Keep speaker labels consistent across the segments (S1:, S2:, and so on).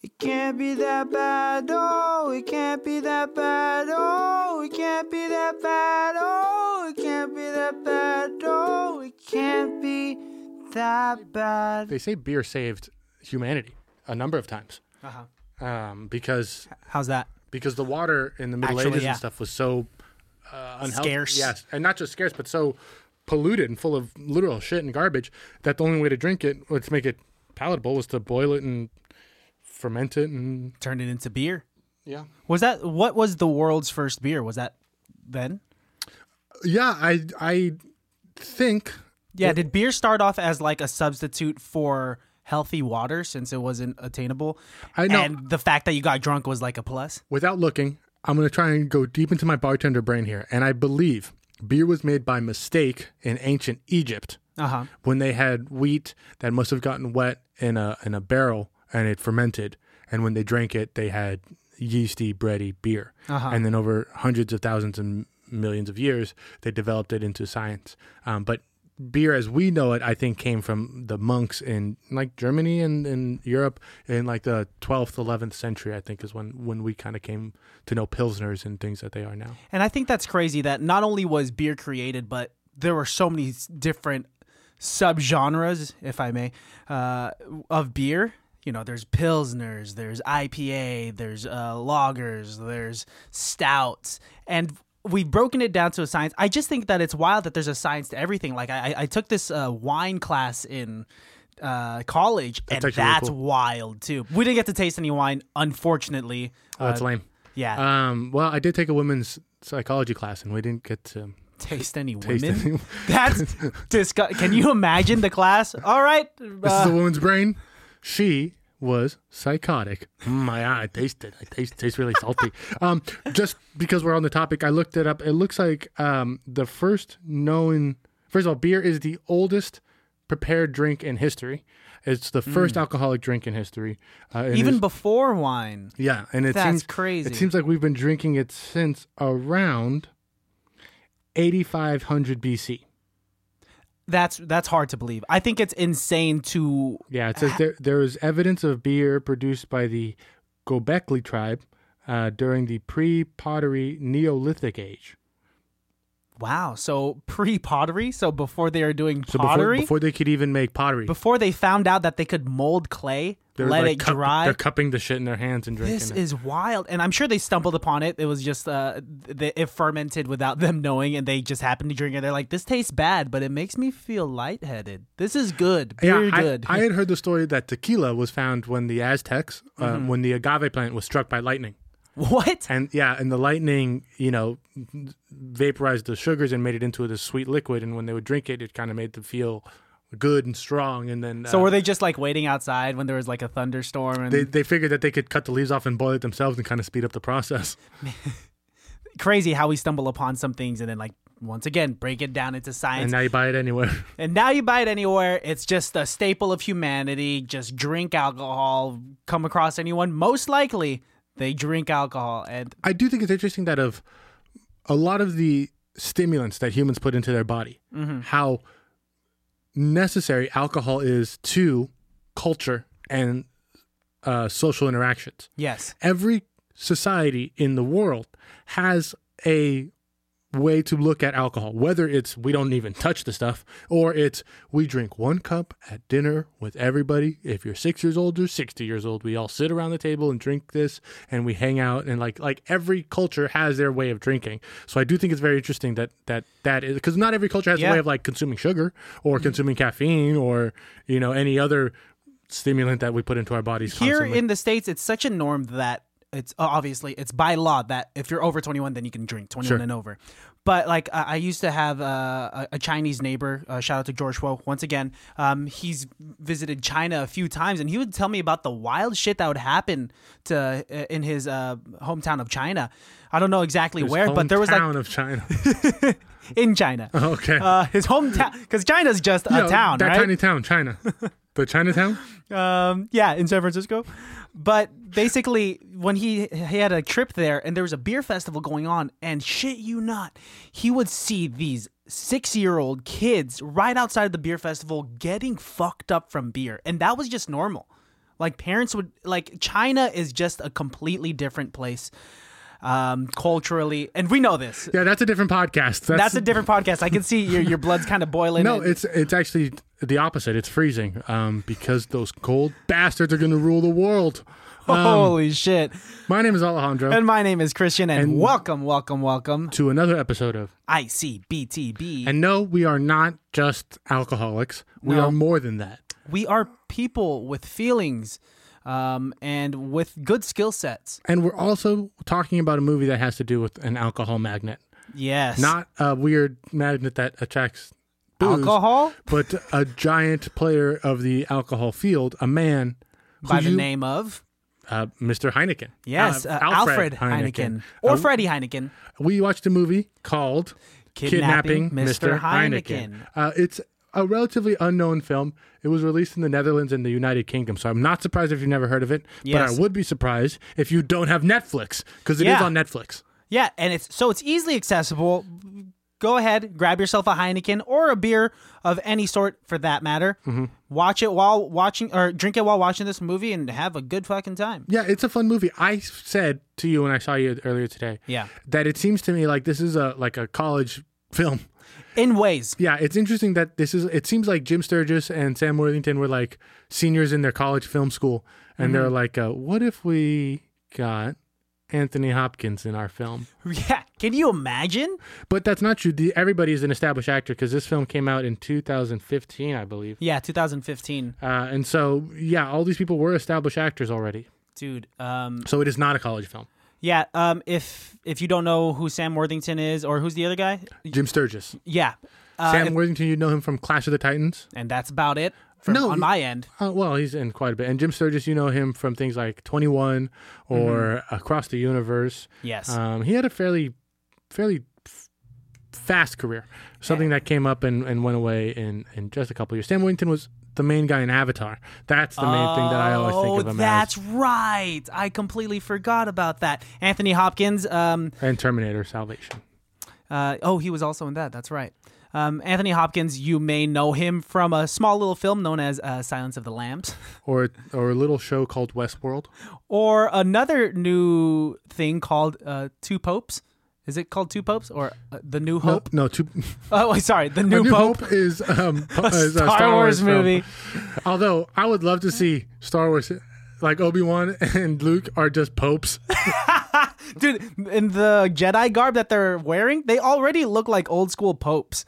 S1: It can't be that bad, oh, it can't be that bad, oh, it can't be that bad, oh, it can't be that bad, oh, it can't be that bad.
S2: They say beer saved humanity a number of times
S3: Uh-huh.
S2: um, because
S3: How's that?
S2: because the water in the Middle
S3: Actually,
S2: Ages
S3: yeah.
S2: and stuff was so uh, unhealthy.
S3: Scarce.
S2: Yes, and not just scarce, but so polluted and full of literal shit and garbage that the only way to drink it, or to make it palatable, was to boil it and ferment it and
S3: Turned it into beer.
S2: yeah.
S3: Was that what was the world's first beer? Was that then?
S2: Yeah, I I think
S3: Yeah, did beer start off as like a substitute for healthy water since it wasn't attainable?
S2: I know
S3: And the fact that you got drunk was like a plus.
S2: without looking. I'm going to try and go deep into my bartender brain here, and I believe beer was made by mistake in ancient Egypt.
S3: Uh-huh.
S2: when they had wheat that must have gotten wet in a in a barrel and it fermented, and when they drank it, they had yeasty, bready beer.
S3: Uh-huh.
S2: And then over hundreds of thousands and millions of years, they developed it into science. Um, but beer, as we know it, I think came from the monks in like Germany and in Europe in like the 12th, 11th century. I think is when when we kind of came to know pilsners and things that they are now.
S3: And I think that's crazy that not only was beer created, but there were so many s- different subgenres, if I may, uh, of beer. You know, there's pilsners, there's IPA, there's uh, lagers, there's stouts, and we've broken it down to a science. I just think that it's wild that there's a science to everything. Like I, I- I took this uh, wine class in uh, college, and
S2: actually really
S3: that's
S2: cool.
S3: wild too. We didn't get to taste any wine, unfortunately. Uh,
S2: Oh, that's lame.
S3: Yeah,
S2: Um, well, I did take a women's psychology class, and we didn't get to
S3: taste any
S2: taste
S3: women.
S2: any-
S3: That's disgust. Can you imagine the class? All right.
S2: This is
S3: uh,
S2: a woman's brain. She was psychotic. My I taste it. I taste tastes really salty. Um, just because we're on the topic, I looked it up. It looks like um, the first known. First of all, beer is the oldest prepared drink in history. It's the first alcoholic drink in history. Uh, and
S3: Hmm. even
S2: it's-
S3: before wine.
S2: yeah, and it
S3: That's
S2: seems
S3: crazy.
S2: It seems like we've been drinking it since around 8500 BC.
S3: That's that's hard to believe. I think it's insane to
S2: Yeah, it says there there is evidence of beer produced by the Gobekli tribe uh, during the pre-pottery Neolithic age.
S3: wow. So pre pottery, so before they are doing
S2: So
S3: pottery,
S2: before before they could even make pottery,
S3: before they found out that they could mold clay,
S2: they're,
S3: let
S2: like,
S3: it
S2: cup-
S3: dry.
S2: They're cupping the shit in their hands and drinking.
S3: This
S2: it.
S3: is wild, and I'm sure they stumbled upon it. It was just uh, th- it fermented without them knowing, and they just happened to drink it. They're like, "This tastes bad, but it makes me feel lightheaded. This is good, beer
S2: I-
S3: good."
S2: I, had heard the story that tequila was found when the Aztecs, uh,
S3: Mm-hmm.
S2: when the agave plant was struck by lightning,
S3: what?
S2: and yeah, and the lightning, you know, vaporized the sugars and made it into this sweet liquid. And when they would drink it, it kind of made them feel good and strong. And then
S3: So
S2: uh,
S3: were they just like waiting outside when there was like a thunderstorm? And
S2: they, they figured that they could cut the leaves off and boil it themselves and kind of speed up the process.
S3: crazy how we stumble upon some things and then like once again break it down into science. And
S2: And now
S3: now,
S2: you buy it anywhere.
S3: you buy it anywhere. It's just a staple of humanity. Just drink alcohol. Come across anyone, most likely they drink alcohol. And
S2: I do think it's interesting that of a lot of the stimulants that humans put into their body, how necessary alcohol is to culture and uh, social interactions.
S3: yes,
S2: Every society in the world has a way to look at alcohol, whether it's we don't even touch the stuff or it's we drink one cup at dinner with everybody. If you're six years old or 60 years old, we all sit around the table and drink this and we hang out and like, like every culture has their way of drinking. So I do think it's very interesting that, that, that is because not every culture has
S3: Yeah. Mm-hmm.
S2: a way of like consuming sugar or consuming caffeine or, you know, any other stimulant that we put into our bodies.
S3: here
S2: constantly.
S3: in the states, it's such a norm that it's uh, obviously it's by law that if you're over 21, then you can drink 21
S2: Sure.
S3: and over. But like I I used to have uh, a, a Chinese neighbor. Uh, shout out to George Wu once again. Um, he's visited China a few times, and he would tell me about the wild shit that would happen to uh, in his uh, hometown of China. I don't know exactly where, but there was like
S2: Hometown of China.
S3: in China.
S2: Okay.
S3: Uh, his hometown, because China's just a
S2: Yeah,
S3: town,
S2: That
S3: right?
S2: tiny town, China. the Chinatown?
S3: um, yeah, in San Francisco. But basically, when he he had a trip there, and there was a beer festival going on, and shit you not, he would see these six year old kids right outside of the beer festival getting fucked up from beer, and that was just normal. Like parents would like China is just a completely different place um culturally and we know this.
S2: Yeah, that's a different podcast. That's,
S3: That's a different podcast. I can see your your blood's kind of boiling.
S2: no.
S3: and-
S2: It's it's actually the opposite. It's freezing um, because those cold bastards are going to rule the world.
S3: holy shit.
S2: My name is Alejandro.
S3: And my name is Christian and, welcome, welcome, welcome.
S2: to another episode of
S3: ICBTB.
S2: and no, we are not just alcoholics. We
S3: No.
S2: are more than that.
S3: we are people with feelings um, and with good skill sets.
S2: And we're also talking about a movie that has to do with an alcohol magnet,
S3: Yes.
S2: not a weird magnet that attracts booze,
S3: alcohol
S2: but a giant player of the alcohol field, a man who
S3: by the
S2: you-
S3: name of
S2: uh, Mr. Heineken.
S3: yes, uh, Alfred, Heineken, or Freddie Heineken.
S2: Uh, we watched a movie called
S3: Kidnapping Mr. Heineken.
S2: Uh, it's a relatively unknown film. It was released in the Netherlands and the United Kingdom, so I'm not surprised if you've never heard of it. But
S3: Yes.
S2: I would be surprised if you don't have Netflix because it is
S3: Yeah.
S2: on Netflix.
S3: Yeah, and it's so it's easily accessible. Go ahead, grab yourself a Heineken or a beer of any sort for that matter.
S2: Mm-hmm.
S3: Watch it while watching or drink it while watching this movie and have a good fucking time.
S2: Yeah, it's a fun movie. I said to you when I saw you earlier today,
S3: Yeah.
S2: that it seems to me like this is a like a college film.
S3: In ways.
S2: Yeah, it's interesting that this is. It seems like Jim Sturgis and Sam Worthington were like seniors in their college film school, and they're like, uh, "What if we got Anthony Hopkins in our film?"
S3: Yeah. Can you imagine?
S2: But that's not true. The, everybody is an established actor because this film came out in 2015, I believe.
S3: Yeah, 2015.
S2: Uh, and so, yeah, all these people were established actors already.
S3: Dude, um
S2: So it is not a college film.
S3: yeah, um if if you don't know who Sam Worthington is or who's the other guy?
S2: Jim Sturgis,
S3: Yeah. Uh,
S2: Sam
S3: if-
S2: Worthington, you know him from Clash of the Titans.
S3: and that's about it from,
S2: No,
S3: on
S2: you-
S3: my end.
S2: Uh, well, he's in quite a bit. And Jim Sturgis, you know him from things like 21 or Across the Universe.
S3: Yes.
S2: Um, he had a fairly, fairly f- fast career. Something that came up and, and went away in, in just a couple years. Sam Worthington was the main guy in Avatar. That's the main thing that I always think of
S3: Oh,
S2: him
S3: that's right. I completely forgot about that. Anthony Hopkins. Um,
S2: as. And Terminator Salvation.
S3: uh, oh, he was also in that. That's right. Um, Anthony Hopkins. You may know him from a small little film known as uh, Silence of the Lambs,
S2: Or, or a little show called Westworld.
S3: or another new thing called uh, Two Popes. Is it called Two Popes or uh, the New
S2: No,
S3: Hope?
S2: No, two,
S3: Oh, sorry, the New,
S2: New
S3: Pope.
S2: Hope, is, um,
S3: A
S2: is
S3: Star, Wars,
S2: film.
S3: movie.
S2: Although I would love to see Star Wars, like Obi Wan and Luke are just popes.
S3: Dude, in the Jedi garb that they're wearing, they already look like old school popes.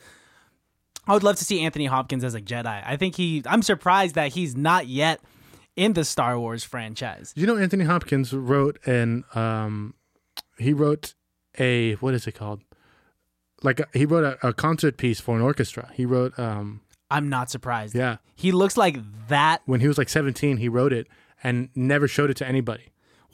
S3: I would love to see Anthony Hopkins as a Jedi. I think he I'm surprised that he's not yet in the Star Wars franchise.
S2: You know, Anthony Hopkins wrote an um, he wrote a what is it called? Like a, he wrote a, a concert piece for an orchestra. He wrote um,
S3: I'm not surprised.
S2: yeah.
S3: He looks like that
S2: When he was like seventeen, he wrote it and never showed it to anybody.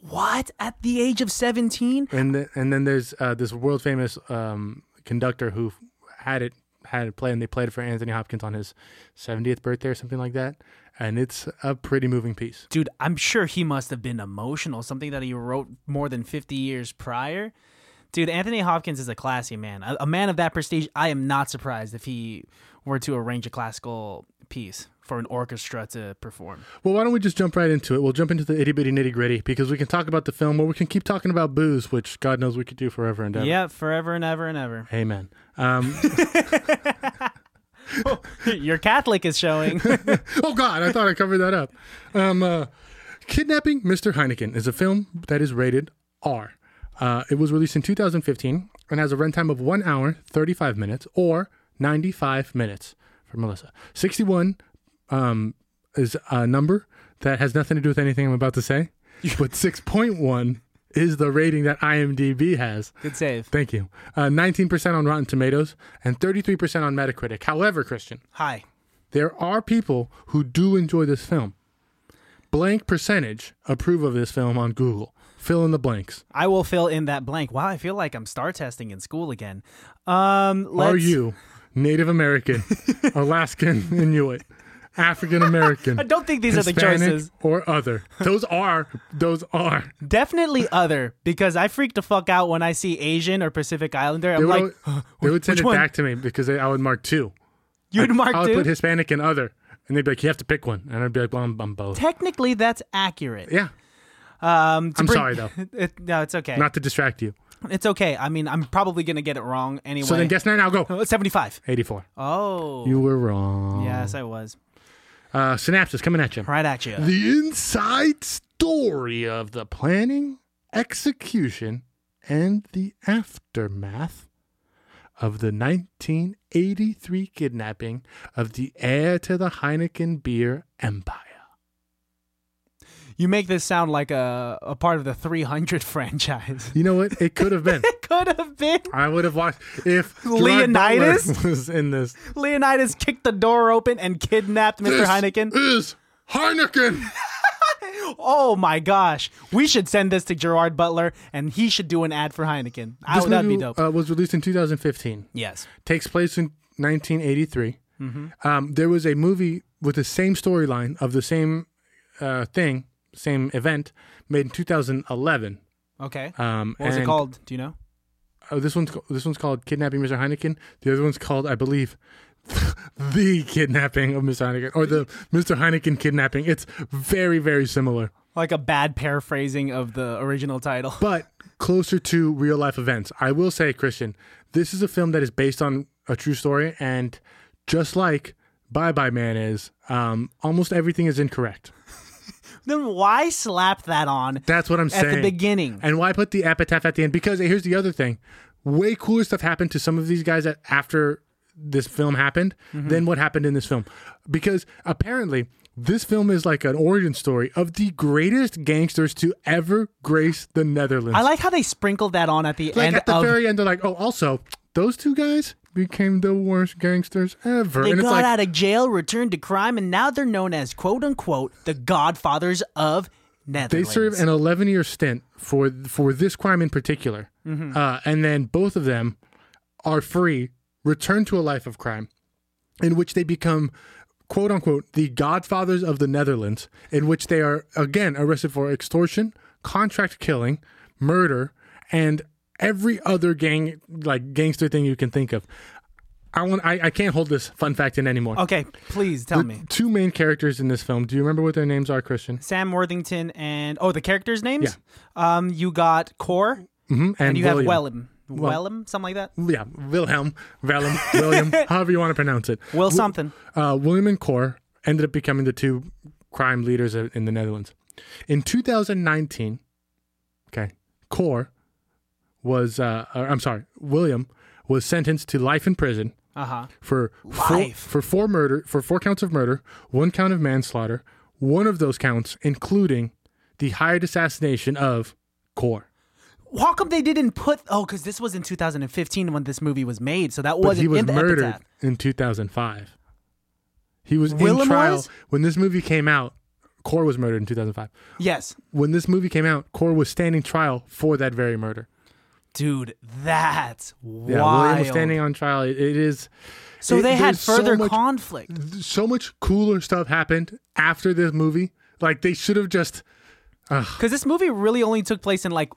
S3: what at the age of 17?
S2: And th- and then there's uh, this world famous um, conductor who had it had it play and they played it for Anthony Hopkins on his 70th birthday or something like that. And it's a pretty moving piece.
S3: Dude, I'm sure he must have been emotional, something that he wrote more than 50 years prior. Dude, Anthony Hopkins is a classy man. A, a man of that prestige, I am not surprised if he were to arrange a classical piece for an orchestra to perform.
S2: Well, why don't we just jump right into it? We'll jump into the itty bitty nitty gritty because we can talk about the film or we can keep talking about booze, which God knows we could do forever and ever.
S3: Yeah, forever and ever and ever.
S2: Amen. Um,
S3: Your Catholic is showing.
S2: oh, God, I thought I covered that up. Um, uh, Kidnapping Mr. Heineken is a film that is rated R. Uh, it was released in 2015 and has a runtime of 1 hour, 35 minutes, or 95 minutes for Melissa. 61 um, is a number that has nothing to do with anything I'm about to say, but 6.1 is the rating that IMDb has.
S3: Good save.
S2: Thank you. Uh, 19% on Rotten Tomatoes and 33% on Metacritic. However, Christian,
S3: Hi.
S2: there are people who do enjoy this film. Blank percentage approve of this film on Google. Fill in the blanks.
S3: I will fill in that blank. Wow, I feel like I'm star testing in school again. Um, let's,
S2: Are you Native American, Alaskan, Inuit, African American?
S3: I don't think these are the
S2: Hispanic
S3: choices.
S2: or other. Those are those are.
S3: Definitely other, because I freak the fuck out when I see Asian or Pacific Islander. I'm
S2: They would,
S3: like, uh,
S2: al- they would send
S3: which
S2: it
S3: one?
S2: back to me because they, I would mark two.
S3: you'd mark
S2: I would
S3: two.
S2: put Hispanic and other, And they'd be like, you have to pick one. And I'd be like, well, I'm, I'm both.
S3: Technically, that's accurate.
S2: Yeah.
S3: Um, to
S2: I'm sorry, though.
S3: It, no, it's okay.
S2: Not to distract you.
S3: it's okay. I mean, I'm probably gonna get it wrong anyway.
S2: So then guess nine, I'll go.
S3: Oh, it's 75.
S2: 84.
S3: Oh,
S2: You were wrong.
S3: yes, I was
S2: Uh, synapses coming at you.
S3: right at you.
S2: The inside story of the planning, execution, and the aftermath of the 1983 kidnapping of the heir to the Heineken beer empire.
S3: You make this sound like a, a part of the 300 franchise.
S2: You know what? It could have been.
S3: Could have been.
S2: I would have watched if Gerard
S3: Leonidas?
S2: Butler was in this.
S3: Leonidas kicked the door open and kidnapped Mr. Heineken.
S2: is Heineken.
S3: Oh my gosh. We should send this to Gerard Butler and he should do an ad for Heineken. I,
S2: This
S3: that'd be
S2: movie
S3: dope.
S2: Uh, was released in 2015.
S3: yes.
S2: takes place in 1983.
S3: Mm-hmm.
S2: Um, there was a movie with the same storyline of the same uh, thing, same event, made in 2011.
S3: Okay.
S2: Um,
S3: what was it
S2: and-
S3: called? Do you know?
S2: Oh, this one's ca- this one's called "Kidnapping Mr. Heineken." The other one's called, I believe, "The Kidnapping of Mr. Heineken" or "The Mr. Heineken Kidnapping." It's very very similar,
S3: Like a bad paraphrasing of the original title.
S2: but closer to real life events. I will say, Christian, this is a film that is based on a true story, and just like Bye Bye Man is, um, almost everything is incorrect.
S3: then why slap that on
S2: That's what I'm
S3: at
S2: saying.
S3: the beginning?
S2: And why put the epitaph at the end? Because here's the other thing: way cooler stuff happened to some of these guys that after this film happened
S3: Mm-hmm.
S2: than what happened in this film. Because apparently, this film is like an origin story of the greatest gangsters to ever grace the Netherlands.
S3: I like how they sprinkled that on at the
S2: Like,
S3: end
S2: at the
S3: of
S2: very end, they're like, "Oh, also, those two guys became the worst gangsters ever."
S3: They
S2: and it's
S3: got
S2: like,
S3: out of jail, returned to crime, and now they're known as "quote unquote" the Godfathers of
S2: they
S3: Netherlands.
S2: serve an 11 year stint for for this crime in particular uh, and then both of them are free return to a life of crime in which they become quote unquote the godfathers of the netherlands in which they are again arrested for extortion contract killing murder and every other gang like gangster thing you can think of i want i, I can't hold this fun fact in anymore
S3: okay, please tell me.
S2: two main characters in this film do you remember what their names are christian
S3: Sam Worthington and oh, the characters' names. Um, you got Core,
S2: mm-hmm. and,
S3: and you
S2: William.
S3: have Wellum, Wellum, something like that.
S2: yeah, Wilhelm, Vellum, William, however you want to pronounce it.
S3: Will something.
S2: Uh, William and Cor ended up becoming the two crime leaders of- in the Netherlands. In 2019, okay, Cor was, uh, or, I'm sorry, William was sentenced to life in prison
S3: Uh huh.
S2: for four,
S3: Life.
S2: for four murder, for four counts of murder, one count of manslaughter, one of those counts including the hired assassination of Cor.
S3: How come they didn't put? Oh, because this was in 2015 when this movie was made, so that
S2: But
S3: wasn't
S2: he was
S3: in the
S2: murdered
S3: epitaph.
S2: in 2005. He was in
S3: Willem
S2: trial
S3: was?
S2: when this movie came out. Core was murdered in 2005.
S3: Yes,
S2: When this movie came out, Core was standing trial for that very murder.
S3: dude, that's wild.
S2: Yeah, William was standing on trial. It- it is
S3: so
S2: it-
S3: they had
S2: there's so
S3: further
S2: much-
S3: conflict.
S2: so much cooler stuff happened after this movie. Like they should have just
S3: Because this movie really only took place in like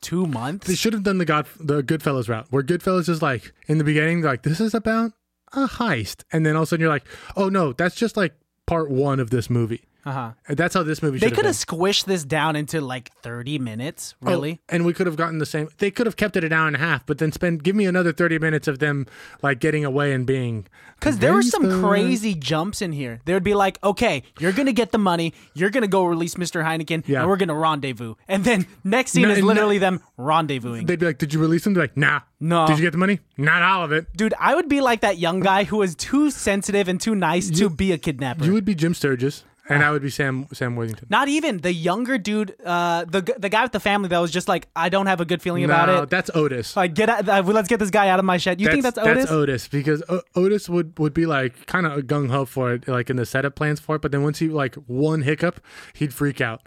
S3: two months.
S2: they should have done the God the Goodfellas route, where Goodfellas is like in the beginning, they're like this is about a heist, and then all of a sudden you're like, oh no, that's just like part one of this movie.
S3: uh huh.
S2: And That's how this movie.
S3: They
S2: should
S3: could
S2: been.
S3: have squished this down into like 30 minutes,
S2: Oh,
S3: really.
S2: and we could have gotten the same. They could have kept it an hour and a half, but then spend give me another thirty minutes of them like getting away and being.
S3: Because there were some
S2: gangster.
S3: crazy jumps in here. They would be like, okay, you're going to get the money. You're going to go release Mr. Heineken
S2: Yeah.
S3: and we're going to rendezvous. And then next scene
S2: No,
S3: is
S2: no.
S3: literally them rendezvousing.
S2: They'd be like, "Did you release them?" They're like, "Nah,
S3: No.
S2: Did you get the money? Not all of it.
S3: Dude, I would be like that young guy who is too sensitive and too nice to be a kidnapper.
S2: You would be Jim Sturgis, and
S3: Ah.
S2: I would be Sam Sam Worthington.
S3: Not even the younger dude, uh, the g- the guy with the family that was just like, I don't have a good feeling about
S2: no,
S3: it.
S2: that's Otis.
S3: Like, get out, uh, let's get this guy out of my shed. You think that's Otis?
S2: That's Otis because o- Otis would would be like kind of gung ho for it, like in the setup plans for it. But then once he like one hiccup, he'd freak out.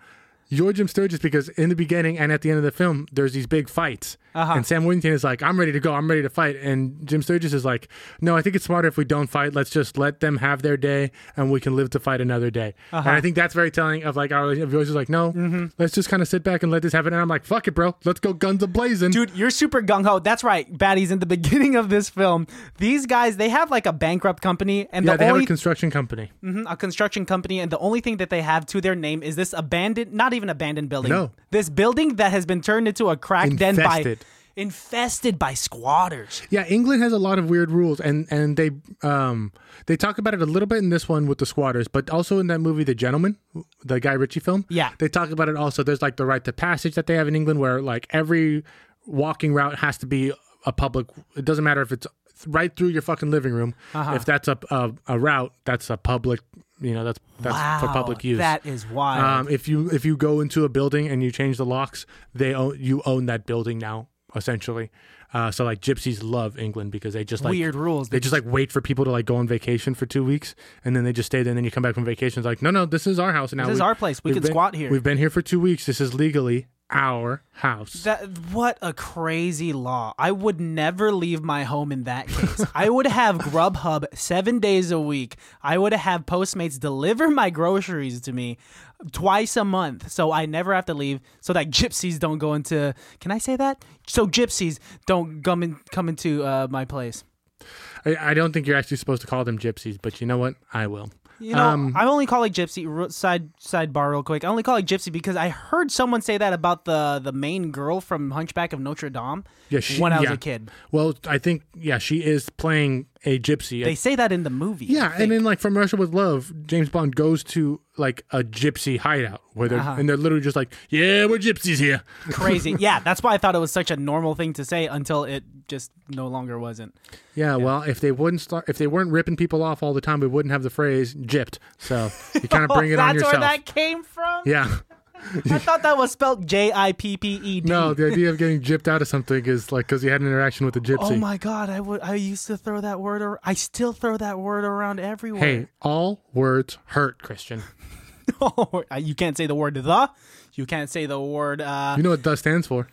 S2: Georgium Sturgis because in the beginning and at the end of the film, there's these big fights.
S3: Uh-huh.
S2: And Sam Worthington is like, I'm ready to go. I'm ready to fight. And Jim Sturgis is like, No, I think it's smarter if we don't fight. Let's just let them have their day and we can live to fight another day.
S3: Uh-huh.
S2: And I think that's very telling of like our relationship. George is like, No,
S3: Mm-hmm.
S2: let's just kind of sit back and let this happen. And I'm like, Fuck it, bro. Let's go guns a blazing.
S3: Dude, you're super gung ho. That's right, baddies. In the beginning of this film, these guys they have like a bankrupt company, and
S2: yeah,
S3: the
S2: they have
S3: only
S2: a construction company.
S3: Mhm, a construction company, and the only thing that they have to their name is this abandoned, not even abandoned building.
S2: No.
S3: This building that has been turned into a crack den by
S2: Infested.
S3: infested by squatters.
S2: Yeah, England has a lot of weird rules, and and they um they talk about it a little bit in this one with the squatters, but also in that movie, The Gentleman, the Guy Ritchie film.
S3: Yeah.
S2: they talk about it also. There's like the right to passage that they have in England, where like every walking route has to be a public. It doesn't matter if it's right through your fucking living room.
S3: Uh-huh.
S2: If that's a, a a route, that's a public. You know, that's that's for
S3: Wow,
S2: public use.
S3: That is wild.
S2: Um, if you if you go into a building and you change the locks, they own you own that building now essentially. Uh, so like gypsies love England because they just like
S3: Weird rules.
S2: They just like wait for people to like go on vacation for two weeks and then they just stay there. And then you come back from vacation. It's like no no this is our house now.
S3: This is
S2: We've-
S3: our place. We
S2: we've
S3: can
S2: been-
S3: squat here.
S2: We've been here for two weeks. This is legally our house.
S3: That what a crazy law. I would never leave my home in that case. I would have Grubhub 7 days a week. I would have Postmates deliver my groceries to me twice a month so I never have to leave so that gypsies don't go into Can I say that? So gypsies don't come in, come into uh, my place.
S2: I, I don't think you're actually supposed to call them gypsies, but you know what? I will.
S3: You know,
S2: Um,
S3: I only call it gypsy. r- Side sidebar, real quick. I only call it gypsy because I heard someone say that about the the main girl from Hunchback of Notre Dame.
S2: Yeah, she-
S3: when I was
S2: yeah.
S3: a kid,
S2: Well, I think yeah, she is playing a gypsy.
S3: they say that in the movie. I
S2: Yeah,
S3: think.
S2: and then like from Russia with Love, James Bond goes to like a gypsy hideout where they're and they're literally just like, "Yeah, we're gypsies here."
S3: crazy. yeah, that's why I thought it was such a normal thing to say until it just no longer wasn't.
S2: Yeah, well, if they wouldn't start, if they weren't ripping people off all the time, we wouldn't have the phrase "gypped." So you kind of bring it
S3: that's
S2: on yourself.
S3: where that came from.
S2: yeah,
S3: I thought that was spelled J I P P E D.
S2: no, the idea of getting gypped out of something is like because you had an interaction with a gypsy.
S3: Oh my god, I would. I used to throw that word. Ar- I still throw that word around everywhere.
S2: Hey, all words hurt, Christian.
S3: Oh, you can't say the word the. You can't say the word. Uh,
S2: You know what "does" stands for?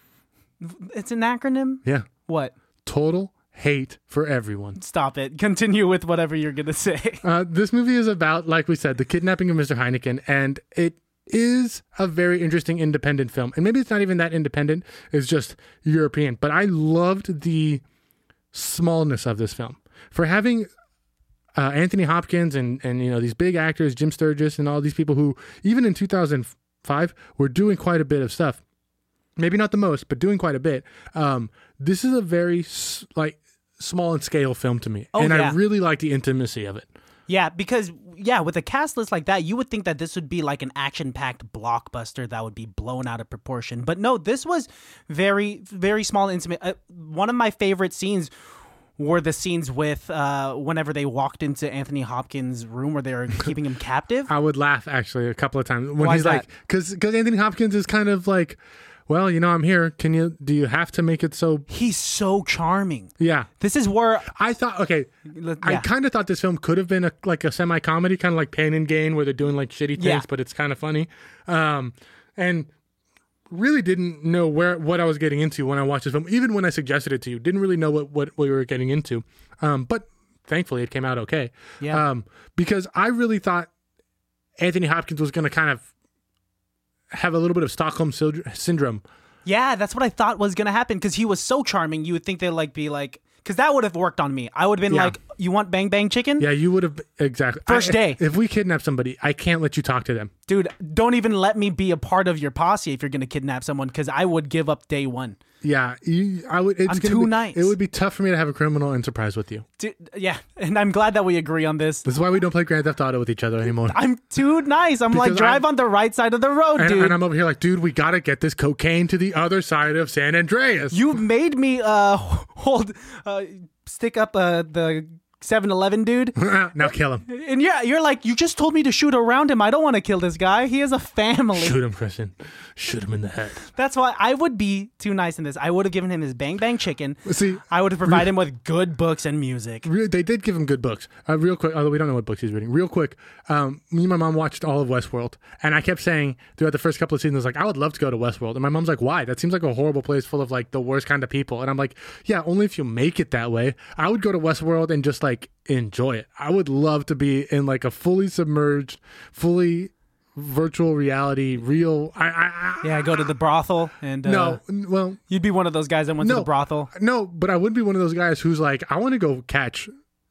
S3: it's an acronym.
S2: Yeah,
S3: What?
S2: total hate for everyone.
S3: Stop it. Continue with whatever you're gonna say.
S2: Uh, this movie is about, like we said, the kidnapping of Mr. Heineken, and it is a very interesting independent film. And maybe it's not even that independent, it's just European. But I loved the smallness of this film. For having uh, Anthony Hopkins and, and you know these big actors, Jim Sturgis and all these people who even in 2005 were doing quite a bit of stuff. Maybe not the most, but doing quite a bit. Um, this is a very s- like small in scale film to me, and
S3: yeah.
S2: I really like the intimacy of it.
S3: Yeah, because yeah, with a cast list like that, you would think that this would be like an action-packed blockbuster that would be blown out of proportion. But no, this was very, very small, and intimate. Uh, one of my favorite scenes were the scenes with uh, whenever they walked into Anthony Hopkins' room where they were keeping him captive.
S2: I would laugh actually a couple of times when
S3: Why
S2: he's
S3: is that?
S2: like, because because Anthony Hopkins is kind of like, well, you know, I'm here. Can you do you have to make it so?
S3: He's so charming.
S2: Yeah,
S3: This is where
S2: I thought okay,
S3: Let-
S2: I
S3: yeah.
S2: kind of thought this film could have been a like a semi comedy, kind of like Pain and Gain, where they're doing like shitty things,
S3: Yeah.
S2: but it's kind of funny. Um, and really didn't know where what I was getting into when I watched this film. Even when I suggested it to you, didn't really know what what we were getting into. Um, but thankfully, it came out okay.
S3: Yeah.
S2: Um, because I really thought Anthony Hopkins was going to kind of have a little bit of Stockholm syndr- syndrome.
S3: Yeah, that's what I thought was gonna happen because he was so charming. You would think they'd like be like, because that would have worked on me. I would have been
S2: Yeah.
S3: like, "You want bang bang chicken,
S2: Yeah, you would have exactly
S3: First
S2: I-
S3: day.
S2: If we kidnap somebody, I can't let you talk to them.
S3: dude? Don't even let me be a part of your posse if you're gonna kidnap someone because I would give up day one."
S2: Yeah, you, I would. It's
S3: I'm
S2: gonna
S3: too
S2: be-
S3: nice.
S2: It would be tough for me to have a criminal enterprise with you.
S3: Dude, yeah, and I'm glad that we agree on this.
S2: This is why we don't play Grand Theft Auto with each other anymore.
S3: I'm too nice. I'm like
S2: Because
S3: drive
S2: I'm-
S3: on the right side of the road,
S2: and,
S3: dude.
S2: and I'm over here like, dude, we gotta get this cocaine to the other side of San Andreas.
S3: you made me uh hold uh stick up uh the 7 Eleven dude.
S2: now kill him.
S3: And you're, you're like, you just told me to shoot around him. I don't want to kill this guy. He has a family.
S2: Shoot him, Christian. Shoot him in the head.
S3: That's why I would be too nice in this. I would have given him his bang bang chicken.
S2: See,
S3: I would have provided him with good books and music.
S2: Re- they did give him good books. Uh, real quick, although we don't know what books he's reading. Real quick, um, me and my mom watched all of Westworld, and I kept saying throughout the first couple of seasons, like, I would love to go to Westworld, and my mom's like, Why? That seems like a horrible place full of like the worst kind of people, and I'm like, Yeah, only if you make it that way. I would go to Westworld and just like enjoy it. I would love to be in like a fully submerged, fully virtual reality, real. I, I, I
S3: Yeah, go to the brothel and uh,
S2: no, n- well,
S3: you'd be one of those guys that went to
S2: No.
S3: the brothel.
S2: no, but I would be one of those guys who's like, I want to go catch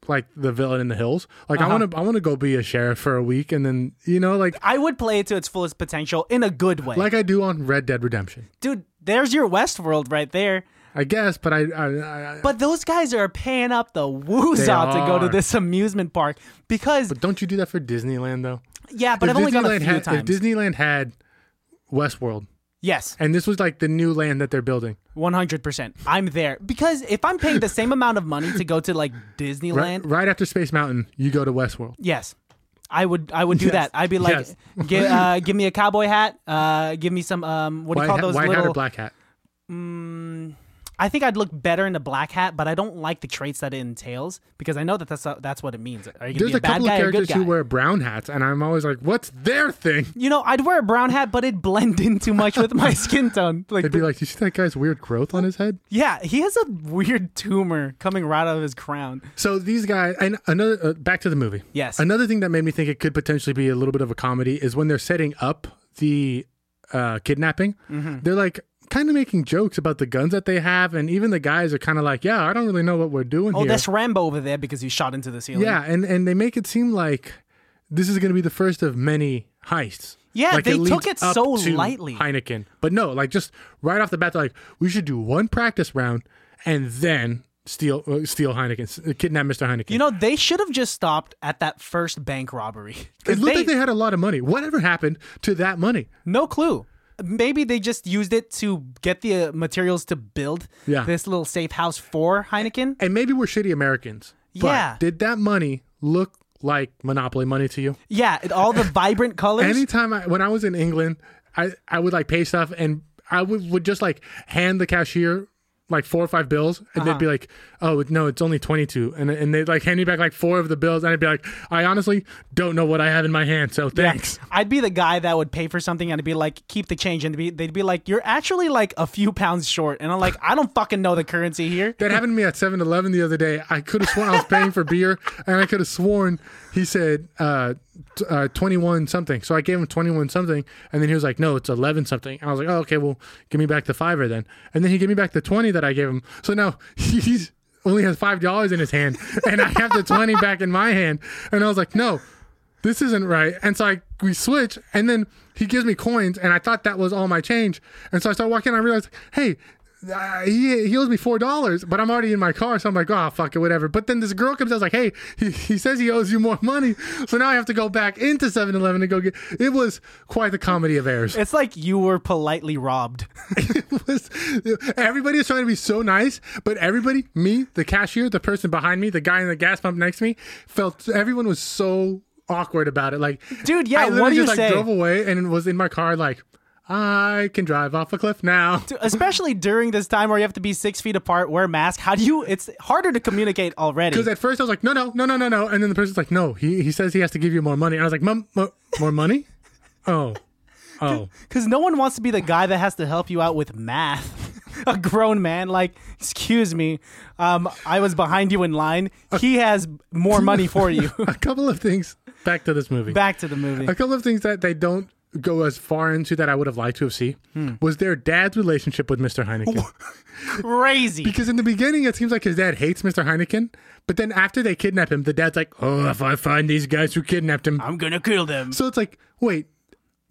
S2: like the villain in the hills. Like
S3: Uh-huh.
S2: I want to, I want to go be a sheriff for a week, and then you know, like
S3: I would play it to its fullest potential in a good way.
S2: like I do on Red Dead Redemption,
S3: Dude, there's your Westworld right there.
S2: I guess. But I, I, I, I
S3: But those guys are paying up the woos out to go to
S2: are.
S3: this amusement park because
S2: don't you do that for Disneyland though?
S3: yeah, but I've only gone a few
S2: had,
S3: times.
S2: If Disneyland had Westworld,
S3: yes,
S2: and this was like the new land that they're building,
S3: one hundred percent. I'm there because if I'm paying the same amount of money to go to like
S2: right,
S3: Disneyland,
S2: right after Space Mountain, you go to Westworld.
S3: yes, I would. I would do that. I'd be like,
S2: Yes.
S3: give, uh, give me a cowboy hat. Uh, give me some. Um, what do
S2: White,
S3: you call
S2: hat,
S3: those
S2: white
S3: little?
S2: hat or black hat?
S3: I think I'd look better in a black hat, but I don't like the traits that it entails because I know that that's uh, that's what it means. Are you gonna
S2: There's
S3: be a,
S2: a,
S3: bad
S2: couple of
S3: guy or a good
S2: characters
S3: guy?
S2: who wear brown hats, and I'm always like, "What's their thing?"
S3: you know, I'd wear a brown hat, but it'd blend in too much with my skin tone. Like,
S2: They'd be like, "You see that guy's weird growth on his head?"
S3: yeah, he has a weird tumor coming right out of his crown.
S2: So these guys, and another uh, back to the movie.
S3: Yes.
S2: Another thing that made me think it could potentially be a little bit of a comedy is when they're setting up the uh, kidnapping.
S3: Mm-hmm.
S2: They're like kind of making jokes about the guns that they have, and even the guys are kind of like, "Yeah, I don't really know what we're doing
S3: Oh,
S2: here."
S3: that's Rambo over there because he shot into the ceiling.
S2: yeah, and and they make it seem like this is going to be the first of many heists.
S3: Yeah,
S2: Like,
S3: they took
S2: leads
S3: it
S2: up
S3: so
S2: to
S3: lightly.
S2: Heineken, but no, like just right off the bat, they're like, "We should do one practice round, and then." Steal, uh, steal Heineken, s- kidnap Mr. Heineken.
S3: You know, they should have just stopped at that first bank robbery. 'Cause
S2: It looked
S3: they-
S2: like they had a lot of money. Whatever happened to that money?
S3: No clue. Maybe they just used it to get the uh, materials to build
S2: Yeah.
S3: this little safe house for Heineken.
S2: And maybe we're shitty Americans. But
S3: Yeah.
S2: Did that money look like monopoly money to you?
S3: Yeah, and all the vibrant colors.
S2: Anytime I, when I was in England, I, I would like pay stuff and I would, would just like hand the cashier like four or five bills and they'd
S3: Uh-huh.
S2: be like, oh, no, it's only 22. And, and they'd like hand me back like four of the bills. And I'd be like, I honestly don't know what I have in my hand. So thanks.
S3: I'd be the guy that would pay for something and I'd be like, keep the change. And they'd be, they'd be like, you're actually like a few pounds short. And I'm like, I don't fucking know the currency here.
S2: That happened to me at 7 Eleven the other day. I could have sworn I was paying for beer, and I could have sworn he said uh, t- uh, 21 something. So I gave him 21 something, and then he was like, no, it's 11 something. I was like, oh, okay, well, give me back the fiver then. And then he gave me back the 20 that I gave him. So now he's only has $5 in his hand, and I have the 20 back in my hand. And I was like, no, this isn't right. And so I we switch, and then he gives me coins, and I thought that was all my change. And so I start walking, and I realized, hey, uh, he he owes me four dollars, but I'm already in my car, so I'm like, oh fuck it, whatever. But then this girl comes out, like, hey, he, he says he owes you more money, so now I have to go back into 7-Eleven to go get. It was quite the comedy of errors.
S3: It's like you were politely robbed.
S2: It was- everybody was trying to be so nice, but everybody, me, the cashier, the person behind me, the guy in the gas pump next to me, felt everyone was so awkward about it. Like,
S3: Dude, yeah,
S2: I literally
S3: what do
S2: just
S3: you
S2: like
S3: say?
S2: drove away and was in my car like, I can drive off a cliff now.
S3: Especially during this time where you have to be six feet apart, wear a mask. How do you? It's harder to communicate already.
S2: Because at first I was like, no, no, no, no, no, no, and then the person's like, no, he he says he has to give you more money, and I was like, mum, mu- more money? Oh, oh.
S3: Because no one wants to be the guy that has to help you out with math. a grown man, like, excuse me, um, I was behind you in line. He has more money for you.
S2: A couple of things back to this movie.
S3: Back to the movie.
S2: a couple of things that they don't go as far into that I would have liked to have seen
S3: Hmm.
S2: was their dad's relationship with Mr. Heineken.
S3: Crazy.
S2: because in the beginning, it seems like his dad hates Mr. Heineken, but then after they kidnap him, the dad's like, "Oh, if I find these guys who kidnapped him,"
S3: I'm gonna kill them.
S2: so it's like, wait,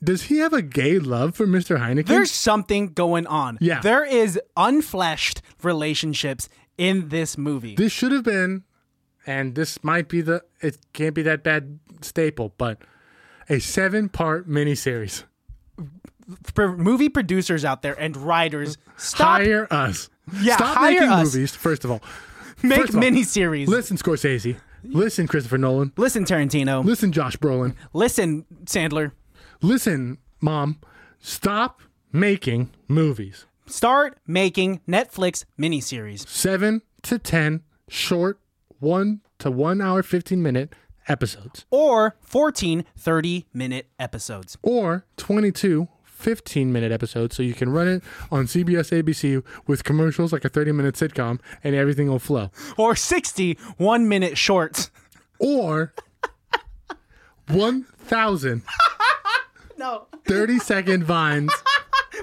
S2: does he have a gay love for Mr. Heineken?
S3: There's something going on.
S2: Yeah.
S3: There is unfleshed relationships in this movie.
S2: this should have been, and this might be the it can't be that bad staple, but a seven-part miniseries.
S3: Pro- movie producers out there and writers, stop
S2: Hire us.
S3: Yeah,
S2: Stop
S3: hire
S2: making
S3: us.
S2: movies. First of all,
S3: make
S2: First of all,
S3: miniseries.
S2: Listen, Scorsese, Listen, Christopher Nolan.
S3: Listen, Tarantino.
S2: Listen, Josh Brolin.
S3: Listen, Sandler.
S2: Listen, Mom. Stop making movies.
S3: Start making Netflix miniseries.
S2: Seven to 10 short, one to one hour, 15 minute episodes,
S3: or 14 30 minute episodes.
S2: or 22 15 minute episodes. So you can run it on CBS ABC with commercials like a 30 minute sitcom and everything will flow.
S3: Or 60 one minute shorts.
S2: Or 1,000
S3: No,
S2: 30 second vines.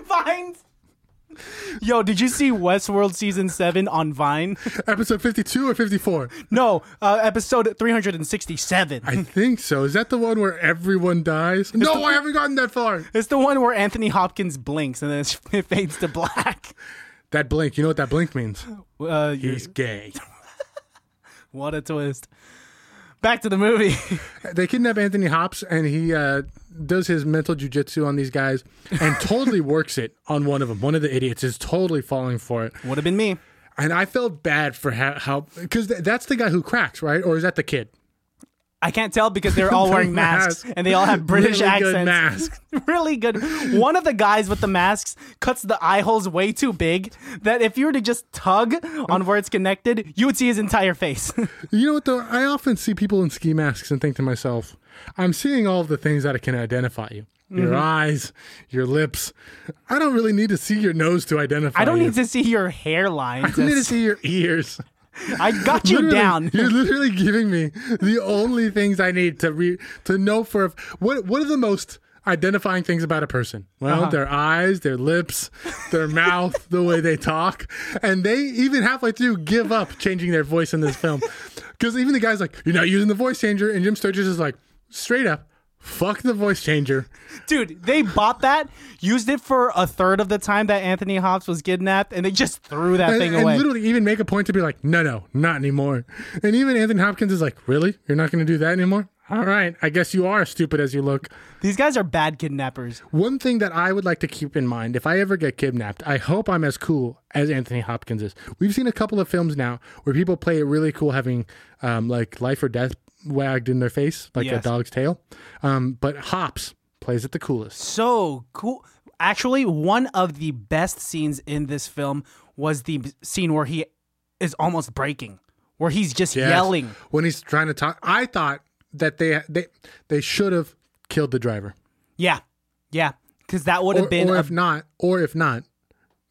S3: Vines. Yo, did you see Westworld season 7 on Vine?
S2: Episode 52 or 54?
S3: No, uh, episode 367.
S2: I think so. Is that the one where everyone dies? No, I haven't gotten that far.
S3: It's the one where Anthony Hopkins blinks and then it's- it fades to black.
S2: That blink, you know what that blink means?
S3: Uh, you-
S2: He's gay.
S3: what a twist. Back to the movie.
S2: they kidnap Anthony Hops and he uh, does his mental jujitsu on these guys and totally works it on one of them. One of the idiots is totally falling for it.
S3: Would have been me.
S2: And I felt bad for how, how because th- that's the guy who cracks, right? Or is that the kid?
S3: I can't tell because they're all wearing masks
S2: masks.
S3: and they all have British
S2: Really
S3: accents.
S2: good masks.
S3: really good. One of the guys with the masks cuts the eye holes way too big that if you were to just tug on where it's connected, you would see his entire face.
S2: You know what, though? I often see people in ski masks and think to myself, I'm seeing all the things that can identify you.
S3: Mm-hmm.
S2: Your eyes, your lips. I don't really need to see your nose to identify
S3: I don't
S2: you.
S3: need to see your hairline.
S2: Oh, I need to
S3: to-
S2: see your ears.
S3: I got you
S2: Literally,
S3: down.
S2: You're literally giving me the only things I need to re- to know for what what are the most identifying things about a person? Well,
S3: Uh-huh.
S2: their eyes, their lips, their mouth, the way they talk, and they even halfway through give up changing their voice in this film because even the guy's like, "You're not using the voice changer," and Jim Sturgess is like, straight up. Fuck the voice changer.
S3: Dude, they bought that, used it for a third of the time that Anthony Hobbs was kidnapped, and they just threw that
S2: And,
S3: thing
S2: and
S3: away.
S2: literally even make a point to be like, no, no, not anymore. And even Anthony Hopkins is like, really? You're not going to do that anymore? All right. I guess you are as stupid as you look.
S3: These guys are bad kidnappers.
S2: One thing that I would like to keep in mind if I ever get kidnapped, I hope I'm as cool as Anthony Hopkins is. We've seen a couple of films now where people play it really cool, having um, like life or death wagged in their face, like
S3: Yes.
S2: a dog's tail. Um, but Hops plays it the coolest.
S3: So cool. Actually, one of the best scenes in this film was the scene where he is almost breaking, where he's just
S2: Yes.
S3: yelling.
S2: when he's trying to talk. I thought that they they they should have killed the driver,
S3: Yeah. Yeah. Because that would
S2: or,
S3: have been.
S2: or
S3: a-
S2: if not, or if not,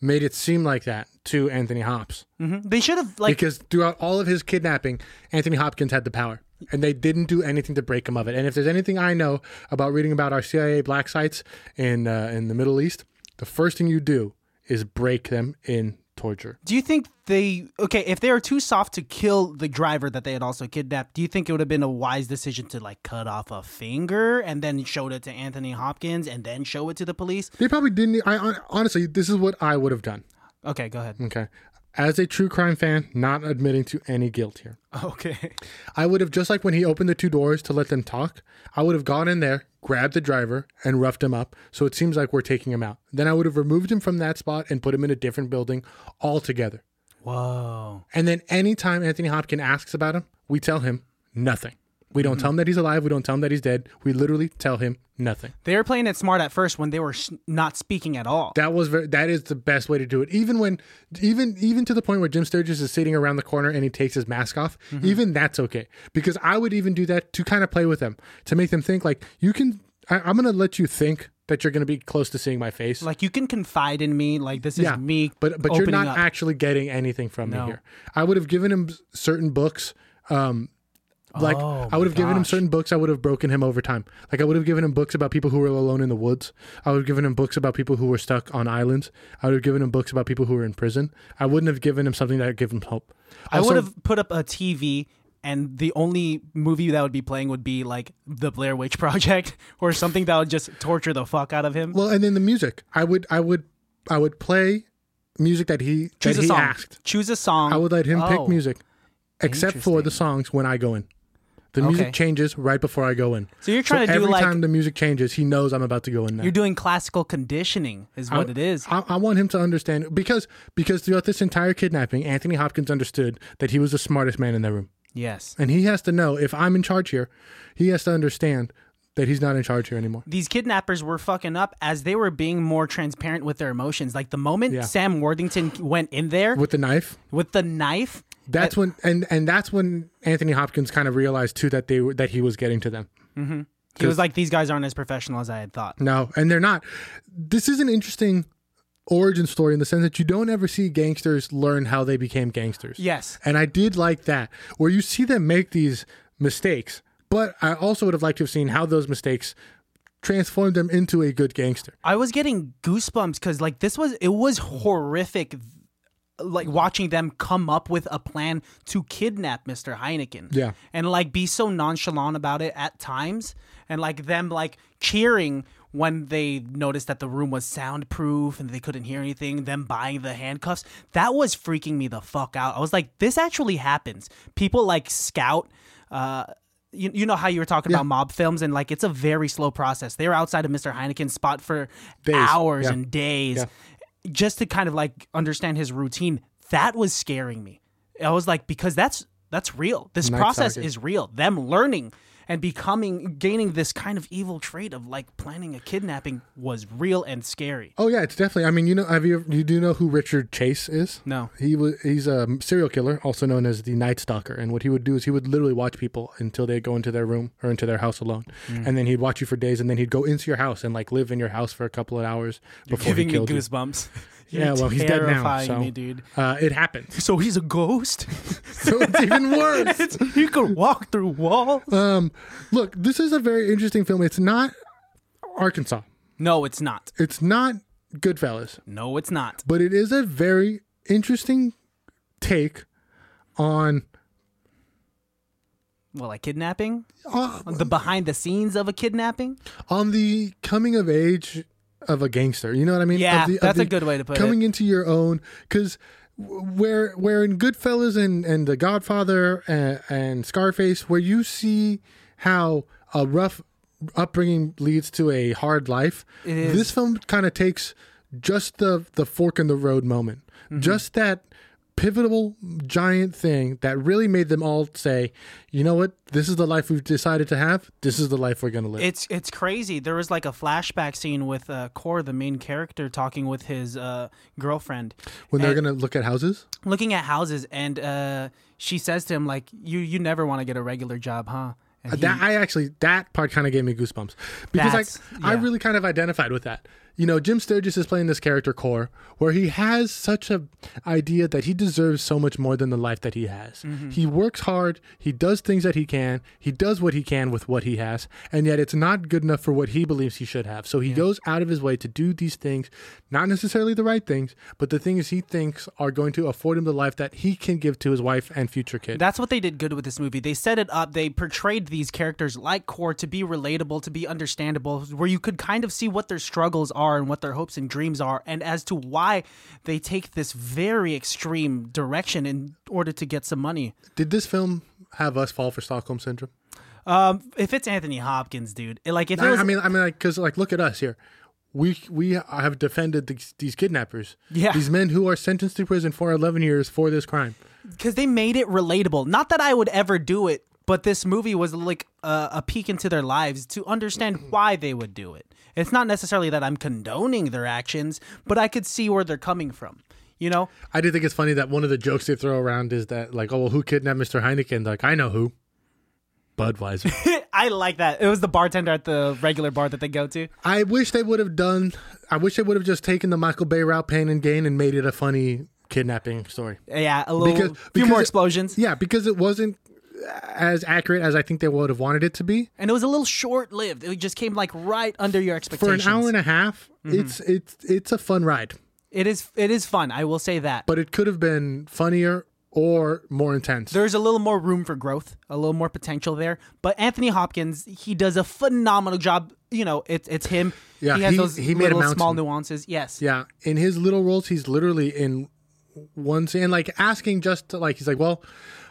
S2: made it seem like that to Anthony Hops.
S3: Mhm. They should have, like,
S2: because throughout all of his kidnapping, Anthony Hopkins had the power, and they didn't do anything to break him of it. And if there's anything I know about reading about our CIA black sites in uh, in the Middle East, the first thing you do is break them in torture.
S3: do you think they. Okay, if they were too soft to kill the driver that they had also kidnapped, do you think it would have been a wise decision to, like, cut off a finger and then showed it to Anthony Hopkins and then show it to the police?
S2: They probably didn't. e, I hon- honestly, this is what I would have done.
S3: Okay, go ahead.
S2: Okay, as a true crime fan, not admitting to any guilt here.
S3: Okay.
S2: I would have just like when he opened the two doors to let them talk, I would have gone in there, grabbed the driver, and roughed him up. So it seems like we're taking him out. Then I would have removed him from that spot and put him in a different building altogether.
S3: Whoa.
S2: And then anytime Anthony Hopkins asks about him, we tell him nothing. We don't tell him that he's alive. We don't tell him that he's dead. We literally tell him nothing.
S3: They were playing it smart at first when they were sh- not speaking at all.
S2: That was very, that is the best way to do it. Even when, even even to the point where Jim Sturgis is sitting around the corner and he takes his mask off, even that's okay because I would even do that to kind of play with them to make them think like you can. I, I'm gonna let you think that you're gonna be close to seeing my face.
S3: Like you can confide in me. Like this is
S2: yeah,
S3: me.
S2: but but you're
S3: opening
S2: not
S3: up.
S2: actually getting anything from
S3: No.
S2: me here. I would have given him s- certain books. Um, like
S3: Oh,
S2: I would have
S3: my
S2: given him
S3: gosh.
S2: certain books. I would have broken him over time. Like I would have given him books about people who were alone in the woods. I would have given him books about people who were stuck on islands. I would have given him books about people who were in prison. I wouldn't have given him something that would give him hope.
S3: I
S2: Also-
S3: would have put up a TV, and the only movie that would be playing would be like the Blair Witch Project or something that would just torture the fuck out of him.
S2: Well, and then the music. I would I would I would play music that he
S3: Choose
S2: that
S3: a
S2: he
S3: song.
S2: asked.
S3: Choose a song.
S2: I would let him
S3: Oh,
S2: pick music, except for the songs when I go in. The music
S3: Okay.
S2: changes right before I go in.
S3: So you're trying to do
S2: every
S3: like
S2: time the music changes, he knows I'm about to go in there.
S3: you're doing classical conditioning is what it is.
S2: I, I want him to understand because because throughout this entire kidnapping, Anthony Hopkins understood that he was the smartest man in the room.
S3: Yes.
S2: And he has to know if I'm in charge here, he has to understand that he's not in charge here anymore.
S3: These kidnappers were fucking up as they were being more transparent with their emotions. Like the moment
S2: Yeah.
S3: Sam Worthington went in there with,
S2: With the knife,
S3: the knife,
S2: that's when and and that's when Anthony Hopkins kind of realized too that they were that he was getting to them.
S3: he was like, "These guys aren't as professional as I had thought."
S2: No, and they're not. This is an interesting origin story in the sense that you don't ever see gangsters learn how they became gangsters.
S3: Yes.
S2: And I did like that, where you see them make these mistakes, but I also would have liked to have seen how those mistakes transformed them into a good gangster.
S3: I was getting goosebumps because like this was it was horrific, like watching them come up with a plan to kidnap Mr. Heineken.
S2: Yeah.
S3: and like be so nonchalant about it at times, and like them like cheering when they noticed that the room was soundproof and they couldn't hear anything. Them buying the handcuffs that was freaking me the fuck out. I was like, this actually happens. People like scout. Uh, you, you know how you were talking about mob films and like it's a very slow process. They were outside of Mr. Heineken's spot for hours
S2: Yeah.
S3: and days just to kind of like understand his routine. That was scaring me. I was like because that's that's real. This process
S2: target.
S3: is real. Them learning and becoming gaining this kind of evil trait of like planning a kidnapping was real and scary.
S2: Oh yeah, it's definitely. I mean, you know, have you you do know who Richard Chase is?
S3: No.
S2: he was he's a serial killer, also known as the Night Stalker. And what he would do is he would literally watch people until they go into their room or into their house alone,
S3: Mm.
S2: and then he'd watch you for days, and then he'd go into your house and like live in your house for a couple of hours before he killed you.
S3: goosebumps.
S2: Yeah, well, he's dead now, so
S3: me, dude.
S2: Uh, it happens.
S3: So he's a ghost.
S2: So it's even worse.
S3: you could walk through walls.
S2: Um, look, this is a very interesting film. It's not Arkansas.
S3: No, it's not.
S2: It's not Goodfellas.
S3: No, it's not.
S2: but it is a very interesting take on
S3: Well, like kidnapping?
S2: uh,
S3: The behind the scenes of a kidnapping?
S2: on the coming of age of a gangster. You know what I mean?
S3: Yeah,
S2: Of the- of
S3: that's
S2: the
S3: a good way to put
S2: coming into your own because where where in Goodfellas and and The Godfather and, and Scarface, where you see how a rough upbringing leads to a hard life.
S3: is.
S2: This film kind of takes just the the fork in the road moment,
S3: Mm-hmm.
S2: just that pivotal giant thing that really made them all say, you know what, this is the life we've decided to have. This is the life we're gonna live.
S3: It's it's crazy. There was like a flashback scene with uh, Core, the main character, talking with his uh, girlfriend,
S2: when they're
S3: and-
S2: gonna look at houses.
S3: looking at houses, and uh, she says to him like, "You you never want to get a regular job, huh?" And he-
S2: Uh, that I actually that part kind of gave me goosebumps because like
S3: That's-
S2: I
S3: yeah.
S2: really kind of identified with that. You know, Jim Sturgis is playing this character Core, where he has such a idea that he deserves so much more than the life that he has.
S3: Mm-hmm.
S2: He works hard, he does things that he can, he does what he can with what he has, and yet it's not good enough for what he believes he should have. So he goes out of his way to do these things, not necessarily the right things, but the things he thinks are going to afford him the life that he can give to his wife and future kid.
S3: That's what they did good with this movie. They set it up. They portrayed these characters like Core to be relatable, to be understandable, where you could kind of see what their struggles are and what their hopes and dreams are, and as to why they take this very extreme direction in order to get some money.
S2: Did this film have us fall for Stockholm syndrome?
S3: Um, if it's Anthony Hopkins, dude, it- like if it
S2: I,
S3: was,
S2: I mean, I mean, like, because like, look at us here. We we have defended these, these kidnappers.
S3: Yeah.
S2: These men who are sentenced to prison for 11 years for this crime.
S3: because they made it relatable. Not that I would ever do it, but this movie was like a, a peek into their lives to
S2: Mm-hmm.
S3: understand why they would do it. It's not necessarily that I'm condoning their actions, but I could see where they're coming from. You know,
S2: I do think it's funny that one of the jokes they throw around is that like, oh, well, who kidnapped Mr. Heineken? Like, I know who. Budweiser.
S3: I like that. It was the bartender at the regular bar that they go to.
S2: I wish they would have done. I wish they would have just taken the Michael Bay route, pain and gain, and made it a funny kidnapping story.
S3: Yeah, a little,
S2: Because-
S3: few
S2: because
S3: more
S2: it-
S3: explosions,
S2: Yeah, because it wasn't as accurate as I think they would have wanted it to be.
S3: and it was a little short lived. It just came like right under your
S2: For an
S3: expectations.
S2: hour and a half, it's it's it's a fun ride.
S3: it is it is fun. I will say that.
S2: but it could have been funnier or more intense.
S3: there's a little more room for growth, a little more potential there. But Anthony Hopkins, he does a phenomenal job. You know, it's it's him.
S2: Yeah,
S3: he has
S2: he-
S3: those
S2: he made a
S3: little small
S2: mountain.
S3: nuances. Yes.
S2: yeah, in his little roles, he's literally in one scene, and like asking just to, like he's like, "Well,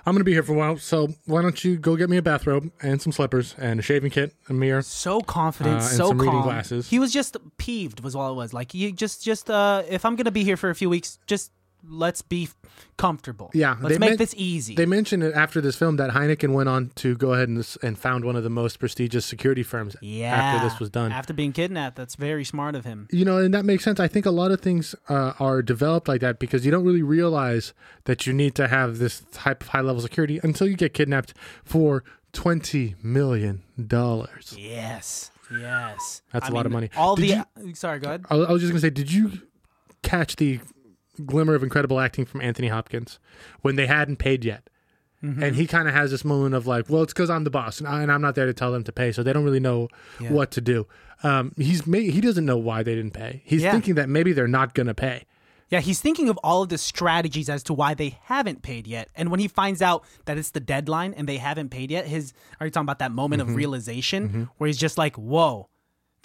S2: I'm gonna be here for a while, so why don't you go get me a bathrobe and some slippers and a shaving kit, a mirror."
S3: So confident,
S2: Uh, and
S3: so
S2: some reading
S3: calm.
S2: glasses.
S3: He was just peeved, was all it was. Like you just, just uh, if I'm gonna be here for a few weeks, just let's be comfortable.
S2: Yeah,
S3: let's
S2: they
S3: make
S2: meant-
S3: this easy.
S2: They mentioned it after this film that Heineken went on to go ahead and, s- and found one of the most prestigious security firms
S3: yeah,
S2: after this was done.
S3: after being kidnapped, that's very smart of him.
S2: you know, and that makes sense. I think a lot of things uh, are developed like that because you don't really realize that you need to have this type of high level security until you get kidnapped for twenty million dollars.
S3: Yes, yes,
S2: That's
S3: a
S2: a lot of money.
S3: All
S2: Did
S3: the sorry, go ahead.
S2: I, I was just gonna say, did you catch the glimmer of incredible acting from Anthony Hopkins when they hadn't paid yet?
S3: Mm-hmm.
S2: And he kind of has this moment of like, well, it's because I'm the boss and, I, and I'm not there to tell them to pay, so they don't really know
S3: Yeah.
S2: what to do. Um, he's ma- he doesn't know why they didn't pay. He's
S3: Yeah.
S2: thinking that maybe they're not gonna pay.
S3: Yeah, he's thinking of all of the strategies as to why they haven't paid yet. And when he finds out that it's the deadline and they haven't paid yet, his are you talking about that moment
S2: Mm-hmm.
S3: of realization where he's just like, "Whoa,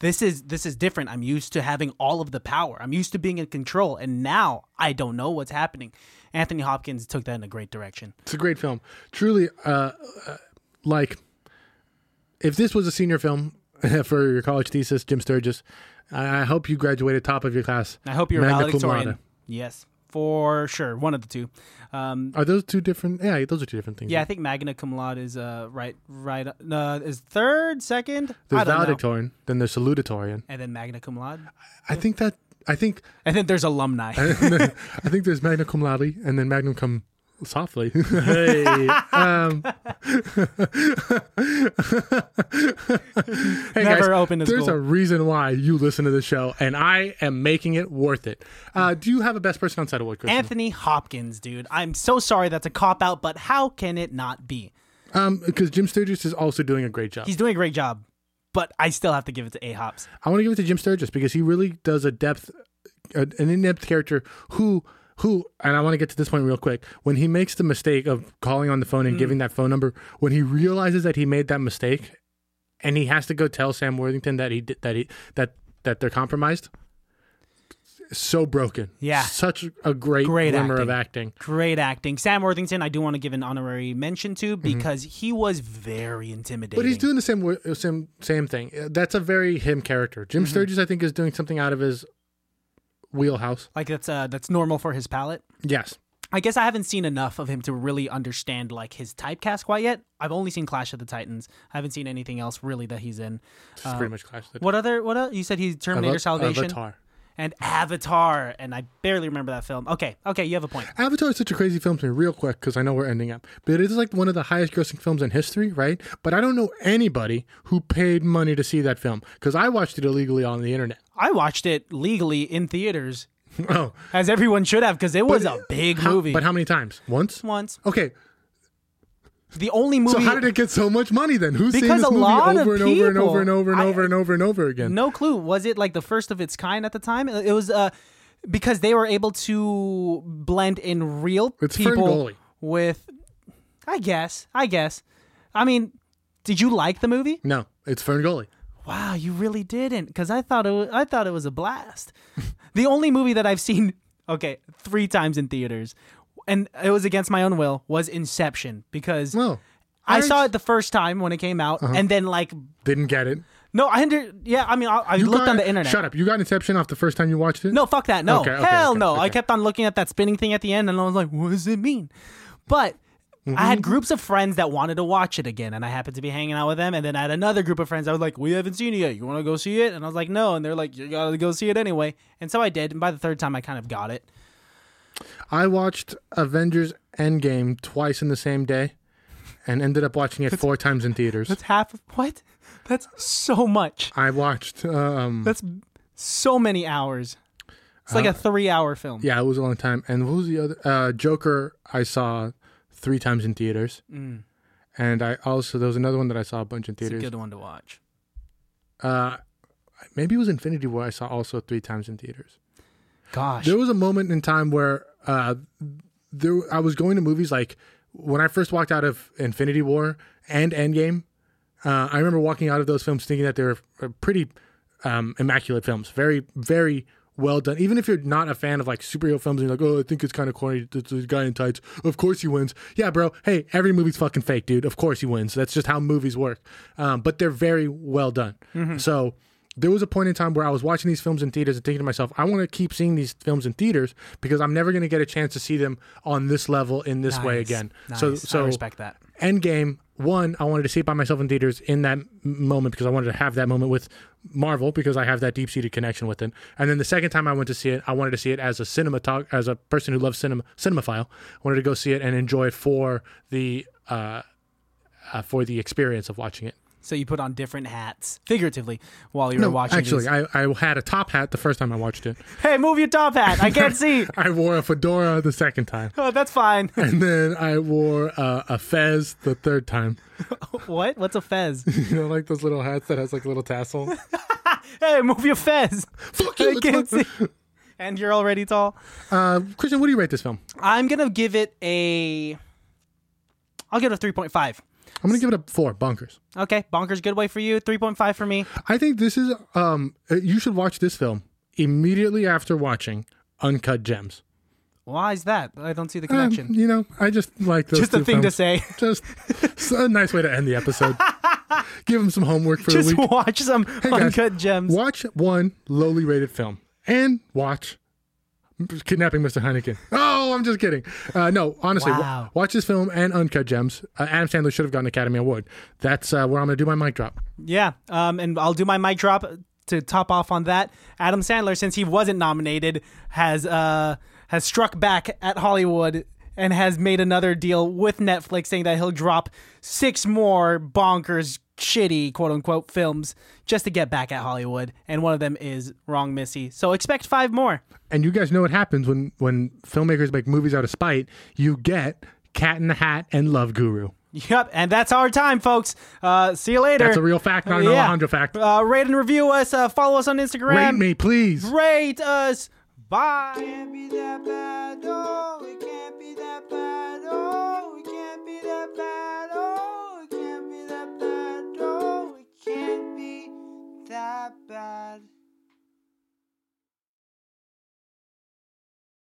S3: this is this is different. I'm used to having all of the power. I'm used to being in control, and now I don't know what's happening." Anthony Hopkins took that in a great direction.
S2: It's a great film, truly. Uh, uh, like, if this was a senior film for your college thesis, Jim Sturgis, I, I hope you graduated top of your class.
S3: I hope you're a
S2: magna cum
S3: valedictorian.
S2: laude.
S3: Yes, for sure, one of the two. Um,
S2: Are those two different? Yeah, those are two different things.
S3: yeah, I think magna cum laude is uh right right uh, is third second. I
S2: There's
S3: don't know.
S2: valedictorian, then there's salutatorian.
S3: And then magna cum laude.
S2: I think that I think
S3: And then there's alumni.
S2: I think there's magna cum laude and then magnum cum softly. hey, um, Hey,
S3: Never open his
S2: There's
S3: goal.
S2: a reason why you listen to the show, and I am making it worth it. Uh, do you have a best person on Saddlewood, Christian?
S3: Anthony Hopkins, dude. I'm so sorry that's a cop out, but how can it not be?
S2: Um, because Jim Sturgis is also doing a great job.
S3: He's doing a great job, but I still have to give it to A Hops.
S2: I want to give it to Jim Sturgis because he really does a depth, a, an in-depth character who who and I want to get to this point real quick. When he makes the mistake of calling on the phone and giving that phone number, when he realizes that he made that mistake, and he has to go tell Sam Worthington that he did that he that that they're compromised. So broken.
S3: Yeah.
S2: Such a great,
S3: Great
S2: glimmer of acting.
S3: Great acting. Sam Worthington, I do want to give an honorary mention to because he was very intimidating.
S2: Mm-hmm. But he's doing the same wo- same same thing. Uh, That's a very him character. Jim Sturgis, I think, is doing something out of his wheelhouse.
S3: like that's uh that's normal for his palette.
S2: Yes.
S3: I guess I haven't seen enough of him to really understand like his typecast quite yet. I've only seen Clash of the Titans. I haven't seen anything else really that he's in.
S2: It's pretty much Clash of the
S3: What other what other, you said he's Terminator
S2: Ava-
S3: Salvation
S2: Avatar.
S3: and Avatar and I barely remember that film. Okay, okay, you have a point.
S2: Avatar is such a crazy film to me, real quick, because I know we're ending up. But it is like one of the highest grossing films in history, right? But I don't know anybody who paid money to see that film because I watched it illegally on the internet.
S3: I watched it legally in theaters,
S2: oh,
S3: as everyone should have, because it was a big
S2: how-
S3: movie.
S2: But how many times? Once?
S3: Once
S2: Okay,
S3: the only movie,
S2: so how did it get so much money then? Who's seeing
S3: Because
S2: this
S3: a
S2: movie
S3: lot of
S2: over and over and
S3: people-
S2: over and over and
S3: I-
S2: over and over and over again?
S3: no clue. Was it like the first of its kind at the time? It it was uh, because they were able to blend in real
S2: It's
S3: people
S2: Ferngully.
S3: with, I guess, I guess. I mean, did you like the movie?
S2: No, it's Ferngully.
S3: Wow, you really didn't, because I thought it. Was, I thought it was a blast. the only movie that I've seen, okay, three times in theaters, and it was against my own will, was Inception, because
S2: Well, Uh-huh.
S3: I
S2: alright.
S3: saw it the first time when it came out, and then like,
S2: didn't get it.
S3: no, I under, yeah, I mean, I, I
S2: You
S3: looked
S2: got-
S3: on the internet.
S2: Shut up. You got Inception off the first time you watched it?
S3: No, fuck that. No,
S2: Okay, okay,
S3: hell
S2: okay,
S3: no. I
S2: okay.
S3: kept on looking at that spinning thing at the end, and I was like, what does it mean? But. I had groups of friends that wanted to watch it again, and I happened to be hanging out with them. And then I had another group of friends. I was like, "We haven't seen it yet. You want to go see it?" And I was like, "No." And they're like, "You gotta go see it anyway." And so I did. And by the third time, I kind of got it.
S2: I watched Avengers Endgame twice in the same day and ended up watching it four times in theaters.
S3: That's half of what? That's so much.
S2: I watched um
S3: That's so many hours. It's like a three-hour film.
S2: yeah, it was a long time. And what was the other uh Joker I saw three times in theaters. And I also there was another one that I saw a bunch in
S3: Mm. It's a
S2: theaters.
S3: good one to watch.
S2: Uh maybe it was Infinity War I saw also three times in theaters.
S3: Gosh.
S2: There was a moment in time where uh, there I was going to movies like when I first walked out of Infinity War and Endgame. Uh, I remember walking out of those films thinking that they were uh, pretty um, immaculate films, very very well done. Even if you're not a fan of like superhero films and you're like, oh, I think it's kind of corny. It's a guy in tights. Of course he wins. Yeah, bro. Hey, every movie's fucking
S3: Mm-hmm.
S2: fake, dude. Of course he wins. That's just how movies work. Um, but they're very well done. So there was a point in time where I was watching these films in theaters and thinking to myself, I want to keep seeing these films in theaters because I'm never going to get a chance to see them on this level in this way
S3: Nice.
S2: again. So,
S3: Nice. I
S2: so
S3: respect that.
S2: Endgame one, I wanted to see it by myself in theaters in that m- moment because I wanted to have that moment with Marvel because I have that deep seated connection with it. And then the second time I went to see it, I wanted to see it as a cinema talk, as a person who loves cinema, cinemaphile. I wanted to go see it and enjoy it for the uh, uh, for the experience of watching it.
S3: So you put on different hats, figuratively, while you were
S2: No,
S3: watching.
S2: actually,
S3: these.
S2: I, I had a top hat the first time I watched it.
S3: hey, move your top hat. I can't see.
S2: I wore a fedora the second time,
S3: Oh, that's fine.
S2: and then I wore uh, a fez the third time.
S3: what? What's a fez?
S2: You know, like those little hats that has like a little tassel.
S3: hey, move your fez.
S2: Fuck you!
S3: I
S2: it's
S3: can't
S2: my-
S3: see. And you're already tall.
S2: Uh, Christian, what do you rate this film?
S3: I'm gonna give it a. I'll give it a three point five.
S2: I'm gonna give it a four. Bonkers.
S3: Okay, bonkers, good way for you. Three point five for me.
S2: I think this is. Um, uh, you should watch this film immediately after watching Uncut Gems.
S3: Why is that? I don't see the
S2: Um,
S3: connection.
S2: you know, I just like those.
S3: Just a
S2: two
S3: thing to
S2: films.
S3: say.
S2: Just it's a nice way to end the episode. give them some homework for the
S3: Just
S2: week.
S3: watch some
S2: guys,
S3: uncut gems.
S2: Watch one lowly rated film and watch Kidnapping Mr. Heineken. Oh, I'm just kidding. Uh, no, honestly, wa-
S3: Wow.
S2: watch this film and Uncut Gems. Uh, Adam Sandler should have gotten an Academy Award. That's uh, where I'm going to do my mic drop.
S3: Yeah, um, and I'll do my mic drop to top off on that. Adam Sandler, since he wasn't nominated, has uh, has struck back at Hollywood and has made another deal with Netflix, saying that he'll drop six more bonkers, shitty, quote unquote, films just to get back at Hollywood. And one of them is Wrong Missy. So expect five more.
S2: And you guys know what happens when when filmmakers make movies out of spite. You get Cat in the Hat and Love Guru.
S3: Yep, and that's our time, folks. Uh, see you later.
S2: That's a real fact, not an Alejandro fact.
S3: Uh, rate and review us. Uh, follow us on Instagram.
S2: Rate me, please.
S3: Rate us. Bye.
S1: can't be that bad. Oh, it can't be that bad. Oh, it can't be that bad. Oh, it can't be that bad. Oh, it can't be that bad.